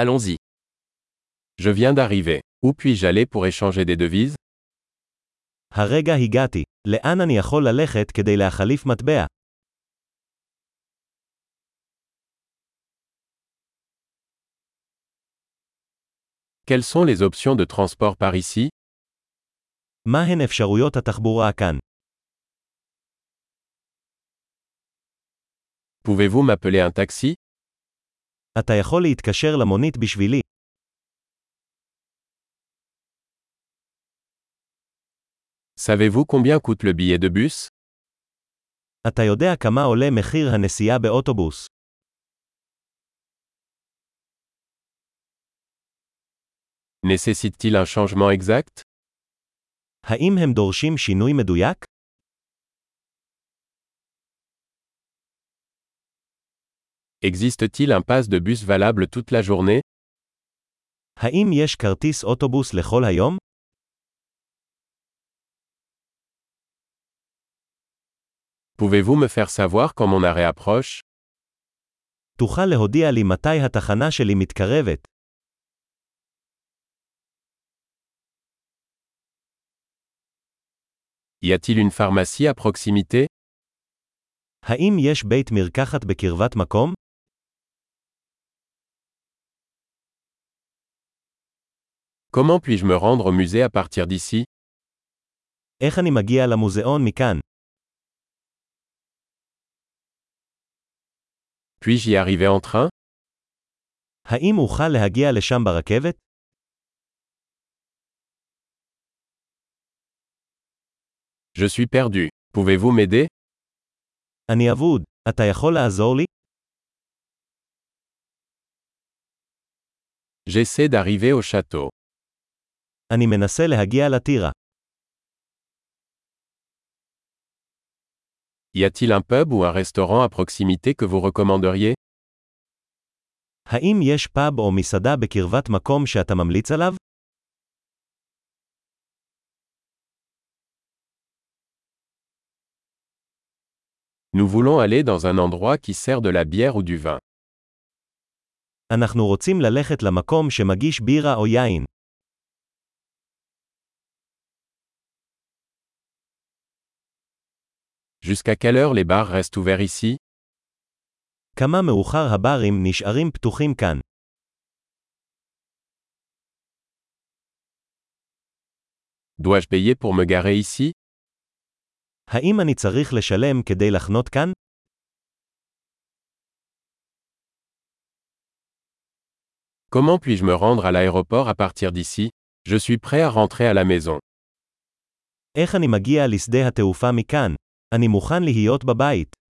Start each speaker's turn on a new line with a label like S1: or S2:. S1: Allons-y. Je viens d'arriver. Où puis-je aller pour échanger des devises
S2: הרגע הגעתי, לאן אני יכול ללכת כדי להחליף מטבע?
S1: Quelles sont les options de transport par ici
S2: מהן אפשרויות התחבורה כאן?
S1: Pouvez-vous m'appeler un taxi
S2: אתה יכול להתקשר למונית בשבילי.
S1: Savez-vous combien coûte le billet de bus
S2: אתה יודע כמה עולה מחיר הנסיעה באוטובוס.
S1: Nécessite-t-il un changement exact
S2: האם הם דורשים שינוי מדויק?
S1: Existe-t-il un pass de bus valable toute la journée
S2: האם יש כרטיס אוטובוס לכל היום?
S1: Pouvez-vous me faire savoir quand mon arrêt approche
S2: תוכל להודיע לי מתי התחנה שלי מתקרבת.
S1: Y a-t-il une pharmacie à proximité
S2: האם יש בית מרקחת בקרבת מקום?
S1: Comment puis-je me rendre au musée à partir d'ici
S2: איך אני מגיע למוזיאון מכאן?
S1: Puis-je y arriver en train
S2: האם אוכל להגיע לשם ברכבת?
S1: Je suis perdu. Pouvez-vous m'aider
S2: אני אבוד. אתה יכול לעזור לי?
S1: J'essaie d'arriver au château.
S2: אני מנסה להגיע לטירה.
S1: Y a-t-il un pub ou un restaurant à proximité que vous recommanderiez
S2: האם יש פאב או מסעדה בקרבת מקום שאתה ממליץ עליו?
S1: Nous voulons aller dans un endroit qui sert de la bière ou du vin.
S2: אנחנו רוצים ללכת למקום שמגיש בירה או יין.
S1: Jusqu'à quelle heure les bars restent ouverts ici
S2: כמה מאוחר הברים נשארים פתוחים כאן.
S1: Dois-je payer pour me garer ici
S2: האם אני צריך לשלם כדי לחנות כאן?
S1: Comment puis-je me rendre à l'aéroport à partir d'ici Je suis prêt à rentrer à la maison.
S2: איך אני מגיע לשדה התעופה מכאן? אני מוכן להיות בבית.